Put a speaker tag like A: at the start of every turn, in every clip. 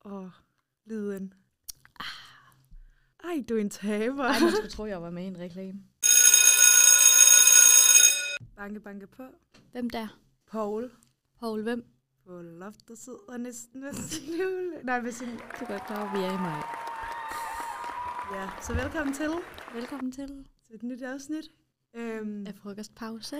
A: og lyden. Ah. Ej, du er en taber.
B: Ej, man skulle tro, jeg var med i en reklame.
A: Banke, banke på.
B: Hvem der?
A: Paul.
B: Paul, hvem?
A: På loftet sidder næsten med sin jule. Nej, med sin...
B: Du er godt klar, over, vi er i maj.
A: Ja, så velkommen til,
B: Velkommen til
A: til et nyt afsnit. Øhm,
B: af frokostpause.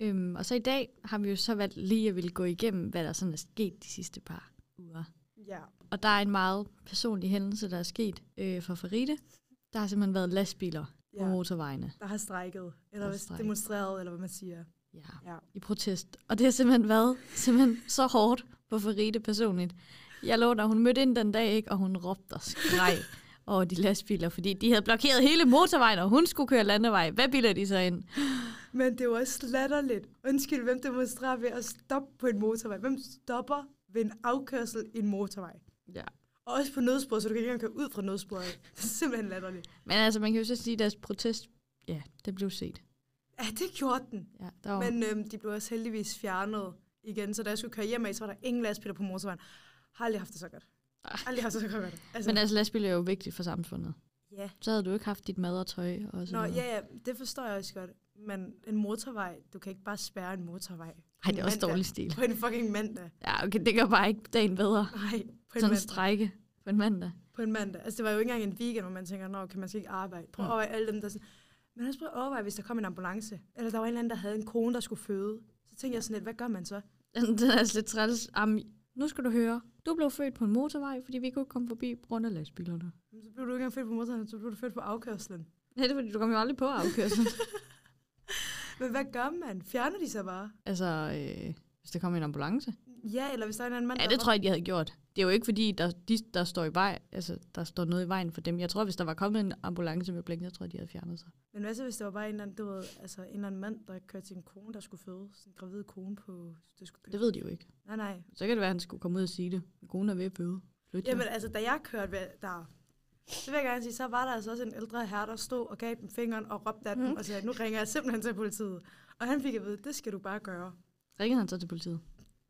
B: øhm, og så i dag har vi jo så valgt lige at ville gå igennem, hvad der sådan er sket de sidste par uger.
A: ja.
B: Og der er en meget personlig hændelse, der er sket øh, for Faride. Der har simpelthen været lastbiler ja. på
A: ja.
B: motorvejene.
A: Der har strækket, eller
B: har
A: hvad-
B: strejket.
A: demonstreret, eller hvad man siger.
B: Ja.
A: Ja.
B: i protest. Og det har simpelthen været simpelthen så hårdt på Faride personligt. Jeg lå der, hun mødte ind den dag, ikke, og hun råbte og skreg over de lastbiler, fordi de havde blokeret hele motorvejen, og hun skulle køre landevej. Hvad bilder de så ind?
A: Men det var også latterligt. Undskyld, hvem demonstrerer ved at stoppe på en motorvej? Hvem stopper ved en afkørsel i en motorvej?
B: Ja.
A: Og også på nødsporet, så du kan ikke engang køre ud fra nødsporet. Det er simpelthen latterligt.
B: Men altså, man kan jo så sige, at deres protest, ja, det blev set.
A: Ja, det gjorde den.
B: Ja, der var, Men...
A: Men øhm, de blev også heldigvis fjernet igen, så da jeg skulle køre hjem af, så var der ingen lastbiler på motorvejen. Har aldrig haft det så godt.
B: Ah.
A: Aldrig haft det så godt. Altså,
B: Men altså, lastbiler er jo vigtigt for samfundet.
A: ja.
B: Så havde du ikke haft dit mad og tøj og sådan
A: Nå,
B: noget.
A: ja, ja, det forstår jeg også godt. Men en motorvej, du kan ikke bare spærre en motorvej.
B: Ej, det er også
A: Mandag.
B: dårlig stil.
A: På en fucking mandag.
B: Ja, okay, det gør bare ikke dagen bedre.
A: Nej, på en
B: Sådan en
A: mandag.
B: strække på en mandag.
A: På en mandag. Altså, det var jo ikke engang en weekend, hvor man tænker, nå, kan man skal ikke arbejde. Prøv at
B: Mm.
A: overveje alle dem, der sådan... Men også prøv at overveje, hvis der kom en ambulance. Eller der var en eller anden, der havde en kone, der skulle føde. Så tænkte jeg sådan lidt, hvad gør man så?
B: Den, den er altså lidt træls. Am, nu skal du høre. Du blev født på en motorvej, fordi vi ikke kunne komme forbi på grund af lastbilerne.
A: Jamen, Så blev du ikke engang født på motorvejen, så blev du født på afkørslen.
B: Nej, det er fordi, du kom jo aldrig på afkørslen.
A: Men hvad gør man? Fjerner de sig bare?
B: altså, øh, hvis der kom en ambulance.
A: Ja, eller hvis der er en anden mand,
B: Ja,
A: der
B: det tror jeg, de havde gjort. Det er jo ikke fordi, der, de, der står i vej, altså, der står noget i vejen for dem. Jeg tror, hvis der var kommet en ambulance med blink, så tror jeg, de havde fjernet sig.
A: Men hvad så, hvis det var bare en eller anden, du ved, altså, en eller anden mand, der kørte sin kone, der skulle føde? Sådan en gravid kone på... Det skulle
B: Det ved de jo ikke.
A: Nej, nej.
B: Så kan det være, at han skulle komme ud og sige det. Min kone er ved at bøde. Flyt
A: Jamen
B: Jamen.
A: altså, da jeg kørte ved, der, så vil jeg gerne sige, så var der altså også en ældre herre, der stod og gav dem fingeren og råbte af dem
B: Mhm.
A: mm. og sagde, nu ringer jeg simpelthen til politiet. Og han fik at vide, det skal du bare gøre.
B: Ringede han så til politiet?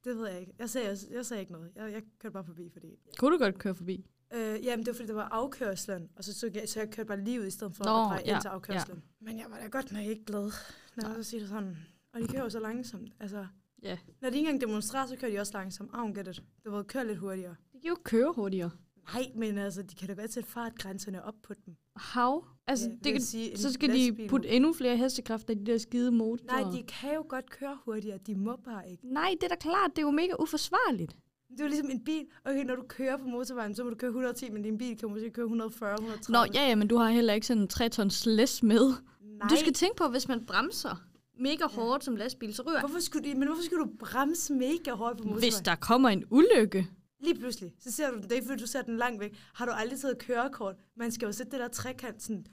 A: Det ved jeg ikke. Jeg sagde, jeg, jeg sagde ikke noget. Jeg, jeg kørte bare forbi, fordi...
B: Kunne du godt køre forbi?
A: Øh, jamen, det var fordi, det var afkørslen, og så, så, jeg, så jeg kørte bare lige ud i stedet for
B: Nå,
A: at dreje ja,
B: ja,
A: ind til afkørslen. Ja. Men jeg var da godt nok ikke glad, når jeg så siger det sådan. Og de kører jo så langsomt. Altså,
B: Ja.
A: Når de ikke engang demonstrerer, så kører de også langsomt. I don't get it. Du ved, kør lidt hurtigere.
B: Det kan jo køre hurtigere.
A: Nej, men altså, de kan da godt sætte fartgrænserne op på dem.
B: Hav? Altså,
A: Ja,
B: ja,
A: vil
B: det kan,
A: sige, en
B: så skal
A: lastbil
B: de putte endnu flere hestekræfter i de der skide motorer.
A: Nej, de kan jo godt køre hurtigere. De må bare ikke.
B: Nej, det er da klart, det er jo mega uforsvarligt.
A: Det er jo ligesom en bil. Okay, når du kører på motorvejen, så må du køre 110, men din bil kan måske køre 140, 130.
B: Nå, ja, ja, men du har heller ikke sådan en 3 tons læs med.
A: Nej.
B: Du skal tænke på, hvis man bremser mega hårdt som lastbil, så ryger
A: Hvorfor skulle de, men hvorfor skulle du bremse mega hårdt på motorvejen?
B: Hvis der kommer en ulykke.
A: Lige pludselig, så ser du den. Det er ikke, fordi du ser den langt væk. Har du aldrig taget kørekort? Man skal jo sætte det der trekant sådan.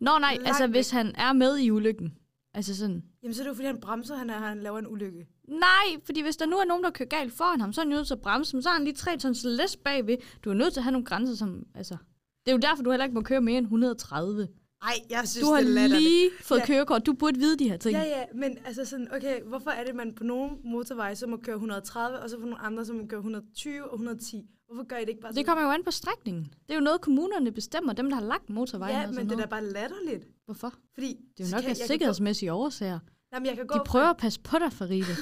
B: Nå nej,
A: Langt
B: altså
A: væk.
B: hvis han er med i ulykken. Altså sådan,
A: Jamen, så er det jo, fordi han bremser, han, er, han laver en ulykke.
B: nej, fordi hvis der nu er nogen, der kører galt foran ham, så er han jo nødt til at bremse, men så har han lige 3 tons læs bagved. Du er nødt til at have nogle grænser, som, altså... Det er jo derfor, du heller ikke må køre mere end 130.
A: Ej, jeg synes,
B: Du har
A: det er latterligt.
B: lige fået
A: Ja.
B: kørekort. Du burde vide de her ting.
A: Ja, ja, men altså sådan, okay, hvorfor er det, man på nogle motorveje, så må køre 130, og så på nogle andre, så må køre 120 og 110? Hvorfor gør I det ikke bare
B: Det kommer jo an på strækningen. Det er jo noget, kommunerne bestemmer, dem der har lagt motorvejen
A: Ja,
B: og sådan
A: men det
B: noget.
A: er da bare latterligt.
B: Hvorfor?
A: Fordi
B: Det er jo
A: så
B: nok
A: kan-
B: af
A: jeg kan gå-
B: sikkerhedsmæssige årsager.
A: Jamen, jeg kan gå
B: De
A: fra-
B: prøver at passe på dig, Faride.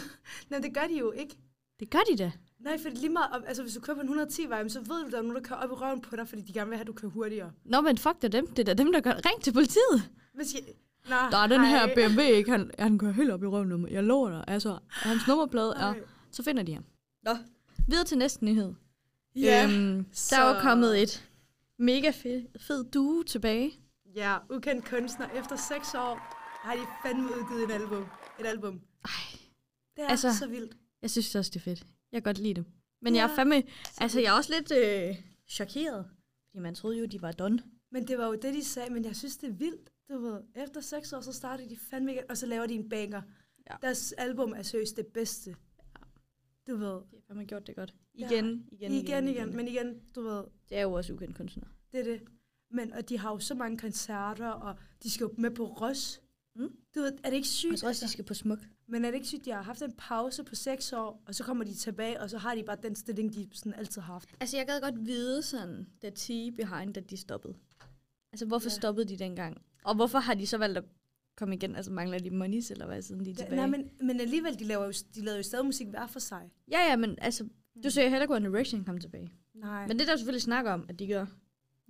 A: Nej, det gør de jo ikke.
B: Det gør de da.
A: Nej, for lige meget, om- altså hvis du kører på en 110-vej, så ved du, der er nogen, der kører op i røven på dig, fordi de gerne vil have, at du kører hurtigere.
B: Nå, men fuck det er dem. Det er da dem, der gør... Ring til politiet.
A: Hvis jeg... Nej,
B: Der er den her BMW, ikke? Han, han kører helt op i røven. nu. Jeg lover dig. Altså, hans nummerplade er...
A: Ej.
B: Så finder de ham.
A: Nå.
B: Videre til næste nyhed.
A: Ja,
B: øhm, Der er jo
A: så-
B: kommet et mega fed, fed due tilbage.
A: ja, ukendt kunstner. Efter seks år har de fandme udgivet en album. Et album.
B: Ej,
A: Det er altså,
B: Altså,
A: så vildt.
B: Jeg synes også, det er fedt. Jeg kan godt lide dem. Men jeg
A: Ja.
B: er fandme... Altså, jeg er også lidt øh, chokeret. Fordi man troede jo, de var done.
A: Men det var jo det, de sagde, men jeg synes, det er vildt. Du ved, efter seks år, så starter de fandme igen, og så laver de en banger.
B: Ja.
A: Deres album er seriøst det bedste. Du ved,
B: De har fandme gjort det godt.
A: Ja.
B: Igen, igen, igen,
A: igen, igen, men igen, du ved,
B: Det er jo også ukendt kunstner.
A: det er det. Men, og de har jo så mange koncerter, og de skal jo med på Ros. Du ved, er det ikke sygt? Altså,
C: Jeg tror også, de skal på smuk.
A: Men er det ikke sygt, de har haft en pause på seks år, og så kommer de tilbage, og så har de bare den stilling, de sådan altid har haft?
C: Altså, jeg gad godt vide sådan, da T behind, at de stoppede. Altså, hvorfor
A: Ja.
C: ja. stoppede de dengang? Og hvorfor har de så valgt at komme igen? Altså, mangler de monies, eller hvad, siden de er
A: Ja,
C: tilbage?
A: nej, men, men alligevel, de laver jo, de laver jo stadig musik hver for sig.
C: Ja, ja, men altså,
B: Mm.
C: du ser jo heller godt, at Direction kom tilbage.
A: Nej.
C: Men det er der selvfølgelig snak om, at de gør.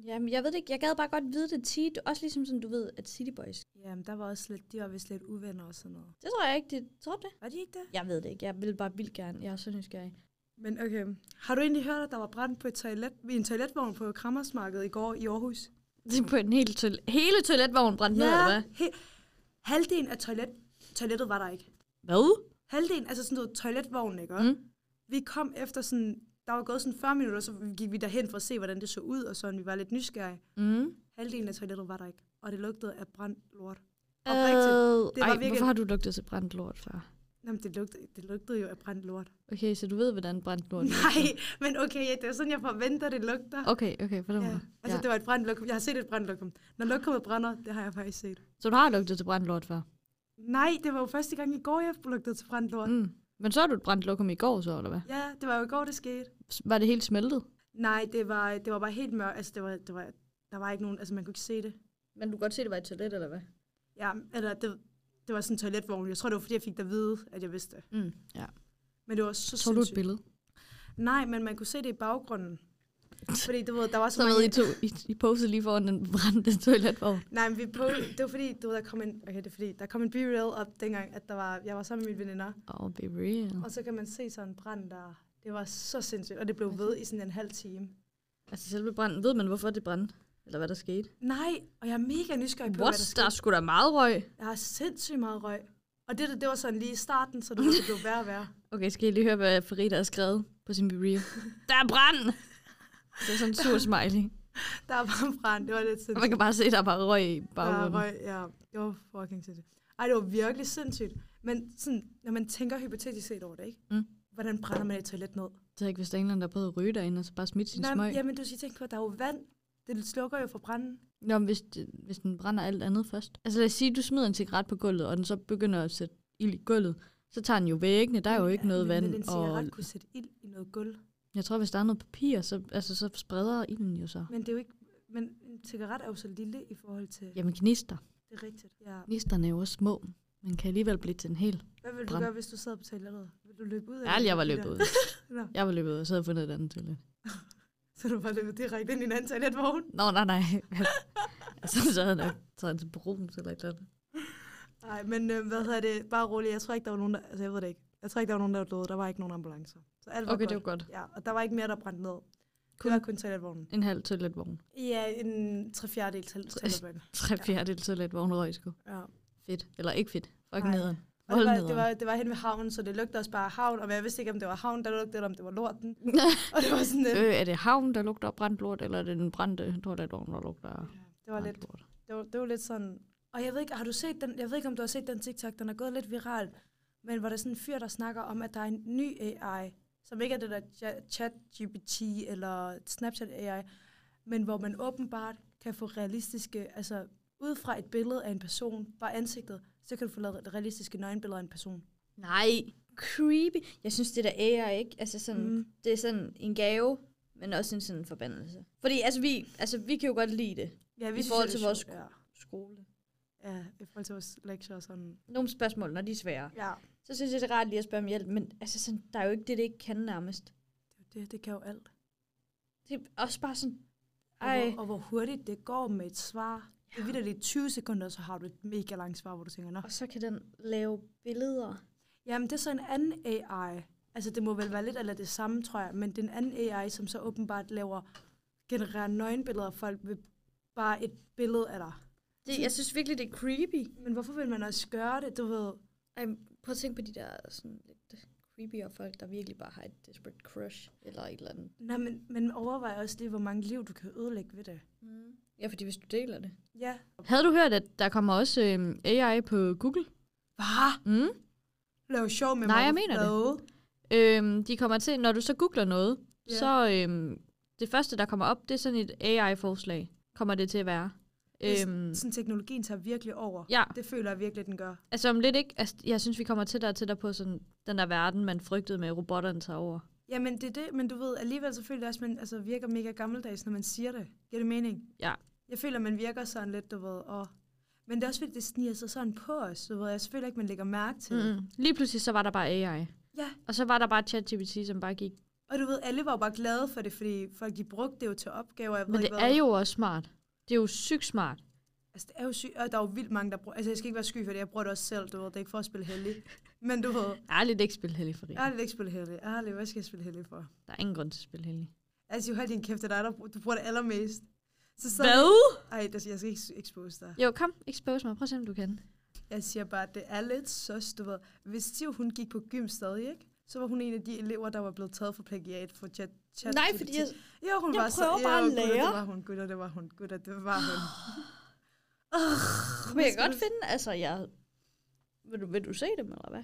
C: Ja, men jeg ved det ikke. Jeg gad bare godt vide det tit. Også ligesom sådan, du ved, at City Boys.
A: Jamen, der var også lidt, de var vist lidt uvenner og sådan noget.
C: Det tror jeg ikke, det tror du det.
A: Var de ikke det?
C: Jeg ved det ikke. Jeg vil bare vildt gerne. Jeg er så nysgerrig.
A: Men okay, har du egentlig hørt, at der var brand på et toilet, i en toiletvogn på Krammersmarkedet i går i Aarhus?
B: Det er på en hel toil- hele toiletvogn brændt ned, eller hvad?
A: he- halvdelen af toilet, toilettet var der ikke.
B: Hvad?
A: Halvdelen, altså sådan noget toiletvogn, ikke? Mm. Vi kom efter sådan, der var gået sådan 40 minutter, så gik vi derhen for at se, hvordan det så ud, og sådan, vi var lidt nysgerrige.
B: Mm.
A: Halvdelen af toilettet var der ikke, og det lugtede af brand lort.
B: Øh,
A: Oprigtigt, det var
B: ej,
A: virkelig-
B: hvorfor har du lugtet til brændt lort før?
A: Jamen, det lugtede, det lugtede jo af brændt lort.
B: Okay, så du ved, hvordan brændt lort lugter.
A: Nej, men okay, ja, det er sådan, jeg forventer, det lugter.
B: Okay, okay, på den
A: Ja.
B: måde.
A: Altså,
B: Ja.
A: det var et brændt lokum. Jeg har set et brændt lokum. Når lokummet brænder, det har jeg faktisk set.
B: Så du har lugtet til brændt lort før?
A: Nej, det var jo første gang i går, jeg lugtede til brændt lort. Mm.
B: Mm. Men så har du et brændt lokum i går, så, eller hvad?
A: Ja, det var jo i går, det skete.
B: S- Var det helt smeltet?
A: Nej, det var, det var bare helt mørkt. Altså, det var, det var, der var ikke nogen, altså man kunne ikke se det.
C: Men du kan godt se, det var et toilet, eller hvad?
A: Ja, eller det, det var sådan en toiletvogn. Jeg tror, det var, fordi jeg fik det at vide, at jeg vidste det.
C: Mm, ja.
A: Men det var så
B: Så du et
A: sindssygt.
B: billede?
A: Nej, men man kunne se det i baggrunden. Fordi du ved, der var så,
B: Så ved
A: mange...
B: I to, I, I posede lige foran den brændte toiletvogn.
A: Nej, men vi på, det var fordi, du ved, der kom en, okay, det er fordi, der kom en B-reel op dengang, at der var, jeg var sammen med mine veninder.
B: Åh, oh, be real.
A: Og så kan man se sådan en brand der. Det var så sindssygt, og det blev ved i sådan en halv time.
C: Altså, selve branden. Ved man, hvorfor det brændte? Eller hvad der skete?
A: Nej, og jeg er mega nysgerrig på,
B: What?
A: hvad der
B: Der
A: skete.
B: er sgu da meget røg.
A: Jeg har sindssygt meget røg. Og det, der, det var sådan lige i starten, så det det blev værre og værre.
B: Okay, skal I lige høre, hvad Farida har skrevet på sin be real? der er brand! Det er sådan en sur smiley.
A: Der var en brand, det var lidt
B: Og man
A: sindssygt.
B: kan bare se, der er bare røg i
A: Der var
B: baggrunden.
A: røg, ja. Det var fucking sindssygt. Ej, det var virkelig sindssygt. Men sådan, når man tænker hypotetisk set over det, ikke?
B: Mm.
A: Hvordan brænder man et toilet ned?
B: Det er ikke, hvis der er en eller anden, der har prøvet at ryge derinde, og så bare smidt sin
A: Nej,
B: smøg.
A: men- jamen, du skal tænke på, at der er jo vand. Det slukker jo for branden.
B: Nå, men hvis, det- hvis den brænder alt andet først. Altså lad os sige, du smider en cigaret på gulvet, og den så begynder at sætte ild i gulvet, så tager den jo væggene, der er jo ikke noget
A: men,
B: vand.
A: Men en
B: og
A: cigaret kunne sætte ild i noget gulv.
B: jeg tror, hvis der er noget papir, så, altså, så spreder ilden jo så.
A: Men det er jo ikke... Men en cigaret er jo så lille i forhold til... Ja.
B: Jamen gnister.
A: Det er rigtigt. Ja.
B: Gnisterne er jo også små, men kan alligevel blive til en hel.
A: Hvad ville du
B: Brand.
A: gøre, hvis du sad på toilettet? Vil du løbe ud? eller
B: Ærligt, jeg var
A: ville
B: løbet
A: du
B: ud.
A: blive der? Nå,
B: Jeg var løbet ud, og så havde jeg fundet et andet toilet.
A: så du var løbet direkte ind i en anden toiletvogn?
B: Nå, nej, nej. altså, så havde jeg nok taget til brugen, eller et eller andet.
A: Nej, men øh, hvad hedder det? Bare rolig. Jeg tror ikke, der var nogen, der... Altså, jeg ved det ikke. Jeg tror ikke, der var nogen, der var døde. Der var ikke nogen ambulancer. Så alt var
B: Okay, det var
A: godt.
B: godt.
A: Ja, og der var ikke mere, der brændte ned.
B: Kun-
A: Kun. Det var kun toiletvognen.
B: En halv toiletvogn.
A: Ja, en tre fjerdedel til toiletvognen.
B: Tre fjerdedel toiletvogn røg sgu.
A: Ja.
B: Fedt. Eller ikke fedt. Fuck
A: Nej.
B: nederen.
A: Og det,
B: Vold
A: var,
B: nederen.
A: det, var, det var hen ved havnen, så det lugtede også bare af havn, og jeg vidste ikke, om det var havn, der lugtede, eller om det var lorten. og det var sådan lidt,
B: Øh, er det havn, der lugter af brændt lort, eller er det den brændte toiletvogn, der lugter af
A: det var
B: brændt
A: lidt,
B: lort?
A: det var, det var lidt sådan... Og jeg ved ikke, har du set den, jeg ved ikke, om du har set den TikTok, den er gået lidt viral, men hvor der er sådan en fyr, der snakker om, at der er en ny AI, som ikke er det der ja- chat-GPT eller Snapchat-AI, men hvor man åbenbart kan få realistiske, altså ud fra et billede af en person, bare ansigtet, så kan du få lavet realistiske nøgenbilleder af en person.
C: Nej, creepy. Jeg synes, det der AI, ikke? Altså sådan, mm. det er sådan en gave, men også en sådan forbandelse. Fordi altså, vi, altså, vi kan jo godt lide det.
A: Ja, vi
C: I
A: synes,
C: forhold
A: det er
C: til vores
A: sjovt, ja.
C: Skole.
A: Ja, i forhold til vores lektier og sådan.
C: Nogle spørgsmål, når de er svære.
A: Ja,
C: Så synes jeg, det er rart lige at spørge om hjælp, men altså sådan, der er jo ikke det, det ikke kan nærmest.
A: det, det kan jo alt.
C: Det er også bare sådan,
A: Og hvor,
C: ej.
A: og hvor hurtigt det går med et svar. Ja. Det er lidt 20 sekunder, så har du et mega langt svar, hvor du tænker, nå.
C: Og så kan den lave billeder.
A: Jamen, det er så en anden AI. Altså, det må vel være lidt eller det samme, tror jeg. Men det er en anden AI, som så åbenbart laver, genererer nøgenbilleder af folk ved bare et billede af dig.
C: Det, jeg synes virkelig, det er creepy.
A: Men hvorfor vil man også gøre det, du ved?
C: Ej, prøv at tænke på de der sådan lidt creepy folk, der virkelig bare har et desperate crush eller et eller andet.
A: Nej, men, men overvej også lige, hvor mange liv du kan ødelægge ved det.
C: Mm. Ja, fordi hvis du deler det.
A: Ja.
B: Havde du hørt, at der kommer også øh, AI på Google?
A: Hvad?
B: Mm.
A: Lav sjov med
B: Nej,
A: mig.
B: jeg mener det.
A: det.
B: Øh, de kommer til, når du så googler noget, øhm,
A: Ja.
B: så øh, det første, der kommer op, det er sådan et AI-forslag, kommer det til at være.
A: Det er
B: Øhm,
A: Sådan teknologien tager virkelig over.
B: ja,
A: Det føler jeg virkelig, den gør.
B: altså om lidt ikke, altså, jeg synes, vi kommer tættere og tættere på sådan, den der verden, man frygtede med, at robotterne tager over.
A: Jamen, det er det, men du ved, alligevel så føler jeg også, at man altså, virker mega gammeldags, når man siger det. Giver det mening?
B: Ja.
A: Jeg føler, man virker sådan lidt, du ved, og... Men det er også fordi, det sniger sig sådan på os, du ved. Jeg føler ikke, man lægger mærke til det.
B: Mm-hmm. Lige pludselig, så var der bare AI.
A: Ja,
B: Og så var der bare ChatGPT, som bare gik.
A: og du ved, alle var jo bare glade for det, fordi folk de brugte det jo til opgaver. Jeg ved
B: Men
A: ikke,
B: det
A: hvad.
B: er jo også smart. Det er jo sygt smart.
A: Altså, det er jo sygt, og der er jo vildt mange, der bruger... Altså, jeg skal ikke være sky for det, jeg bruger det også selv, du ved. Det er ikke for at spille heldig. Men du ved,
B: Ærligt ikke spille heldig for det.
A: jeg har lidt ikke spille heldig. Ærligt, hvad skal jeg spille heldig for?
B: Der er ingen grund til at spille heldig.
A: Altså, jo, hold din kæft, det er dig, der br- du bruger det allermest. Så så Ej, der- jeg skal ikke expose dig.
B: Jo, kom, expose mig. Prøv at se, om du kan.
A: Jeg siger bare, at det er lidt søs, du ved. Hvis Tiv, hun gik på gym stadig, ikke? Så var hun en af de elever, der var blevet taget for plagiat for chat. chat
C: Nej, fordi jeg,
A: Jo, hun
C: jeg
A: var så...
C: prøver
A: jo,
C: bare at
A: gutter,
C: lære.
A: Det var hun, gutter, det var hun, gutter, det var hun. Ah.
C: men jeg
A: skal
C: kan godt
A: du-
C: finde, altså jeg... Vil du, vil du se dem, eller hvad?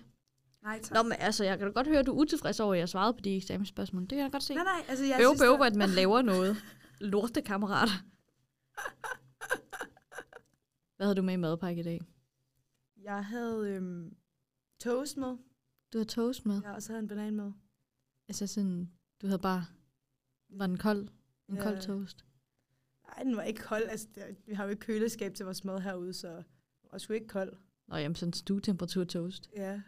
A: Nej, tak.
B: Nå, men altså, jeg kan da godt høre, at du er utilfreds over, at jeg svarede på de eksamensspørgsmål. Det kan jeg da godt se.
A: nej, nej, altså jeg
B: Øv,
A: synes...
B: bøv,
A: det-
B: at man laver noget. Lorte kammerater. Hvad havde du med i madpakke i dag?
A: Jeg havde øhm, toast med,
B: Du havde toast med. Ja.
A: ja, og så havde jeg en banan med.
B: Altså sådan, du havde bare... Var den kold? En
A: Ja.
B: kold toast?
A: Nej, den var ikke kold. Altså, det, vi har jo ikke køleskab til vores mad herude, så den var sgu ikke kold.
B: Nå, jamen sådan stuetemperatur toast.
A: Ja.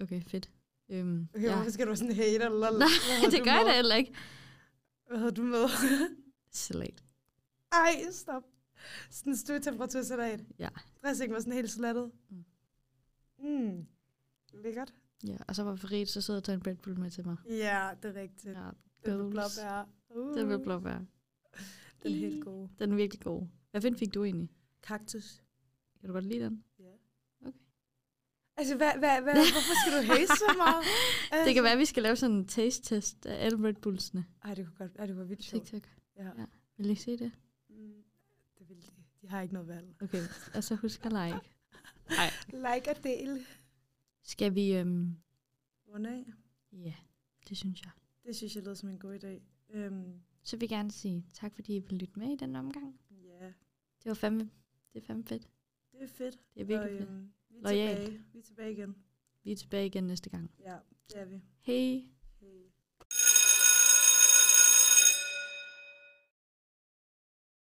B: Okay, fedt. Øhm,
A: Okay, ja.
B: ja.
A: hvorfor skal du være sådan en hater? Lol.
B: Nej,
A: Hvad havde
B: det
A: du
B: gør jeg
A: med?
B: da heller ikke.
A: Hvad havde du med?
B: Salat.
A: Ej, stop. Sådan en stuetemperatursalat.
B: Ja.
A: Dressing var sådan helt slattet.
B: Mm.
A: Mm. Lækkert.
B: Ja, og så var Farid, så sidder og tager en Red Bull med til mig.
A: Ja, det er rigtigt. Ja.
B: Ja,
A: Den med
B: Bøvls.
A: blåbær. Uh,
B: den vil blot være.
A: Den er helt god.
B: Den er virkelig god. Hvad fint fik du egentlig?
A: Kaktus.
B: Kan du godt lide den?
A: Ja.
B: Okay.
A: Altså, hvad, hvad, hvad, hvorfor skal du hate så meget?
B: Det kan være, at vi skal lave sådan en taste-test af alle Red Bullsene.
A: Ej, det kunne godt Ej, det var vildt sjovt.
B: TikTok.
A: Ja.
B: Ja. Vil I se det?
A: Mm, det vil de. De har ikke noget valg.
B: Okay, og så husk at like.
A: Like og del.
B: Skal vi... Øhm...
A: Runde af.
B: Ja, det synes jeg.
A: Det synes jeg lyder som en god idé. Øhm,
B: Så vil jeg gerne sige tak, fordi I vil lytte med i den omgang.
A: ja,
B: Det var fandme, det er fandme fedt.
A: det er fedt.
B: Det er virkelig
A: og,
B: fedt.
A: øhm, vi er
B: Loyalt.
A: tilbage. Vi er tilbage igen.
B: Vi er tilbage igen næste gang.
A: Ja, det er vi.
B: Hej!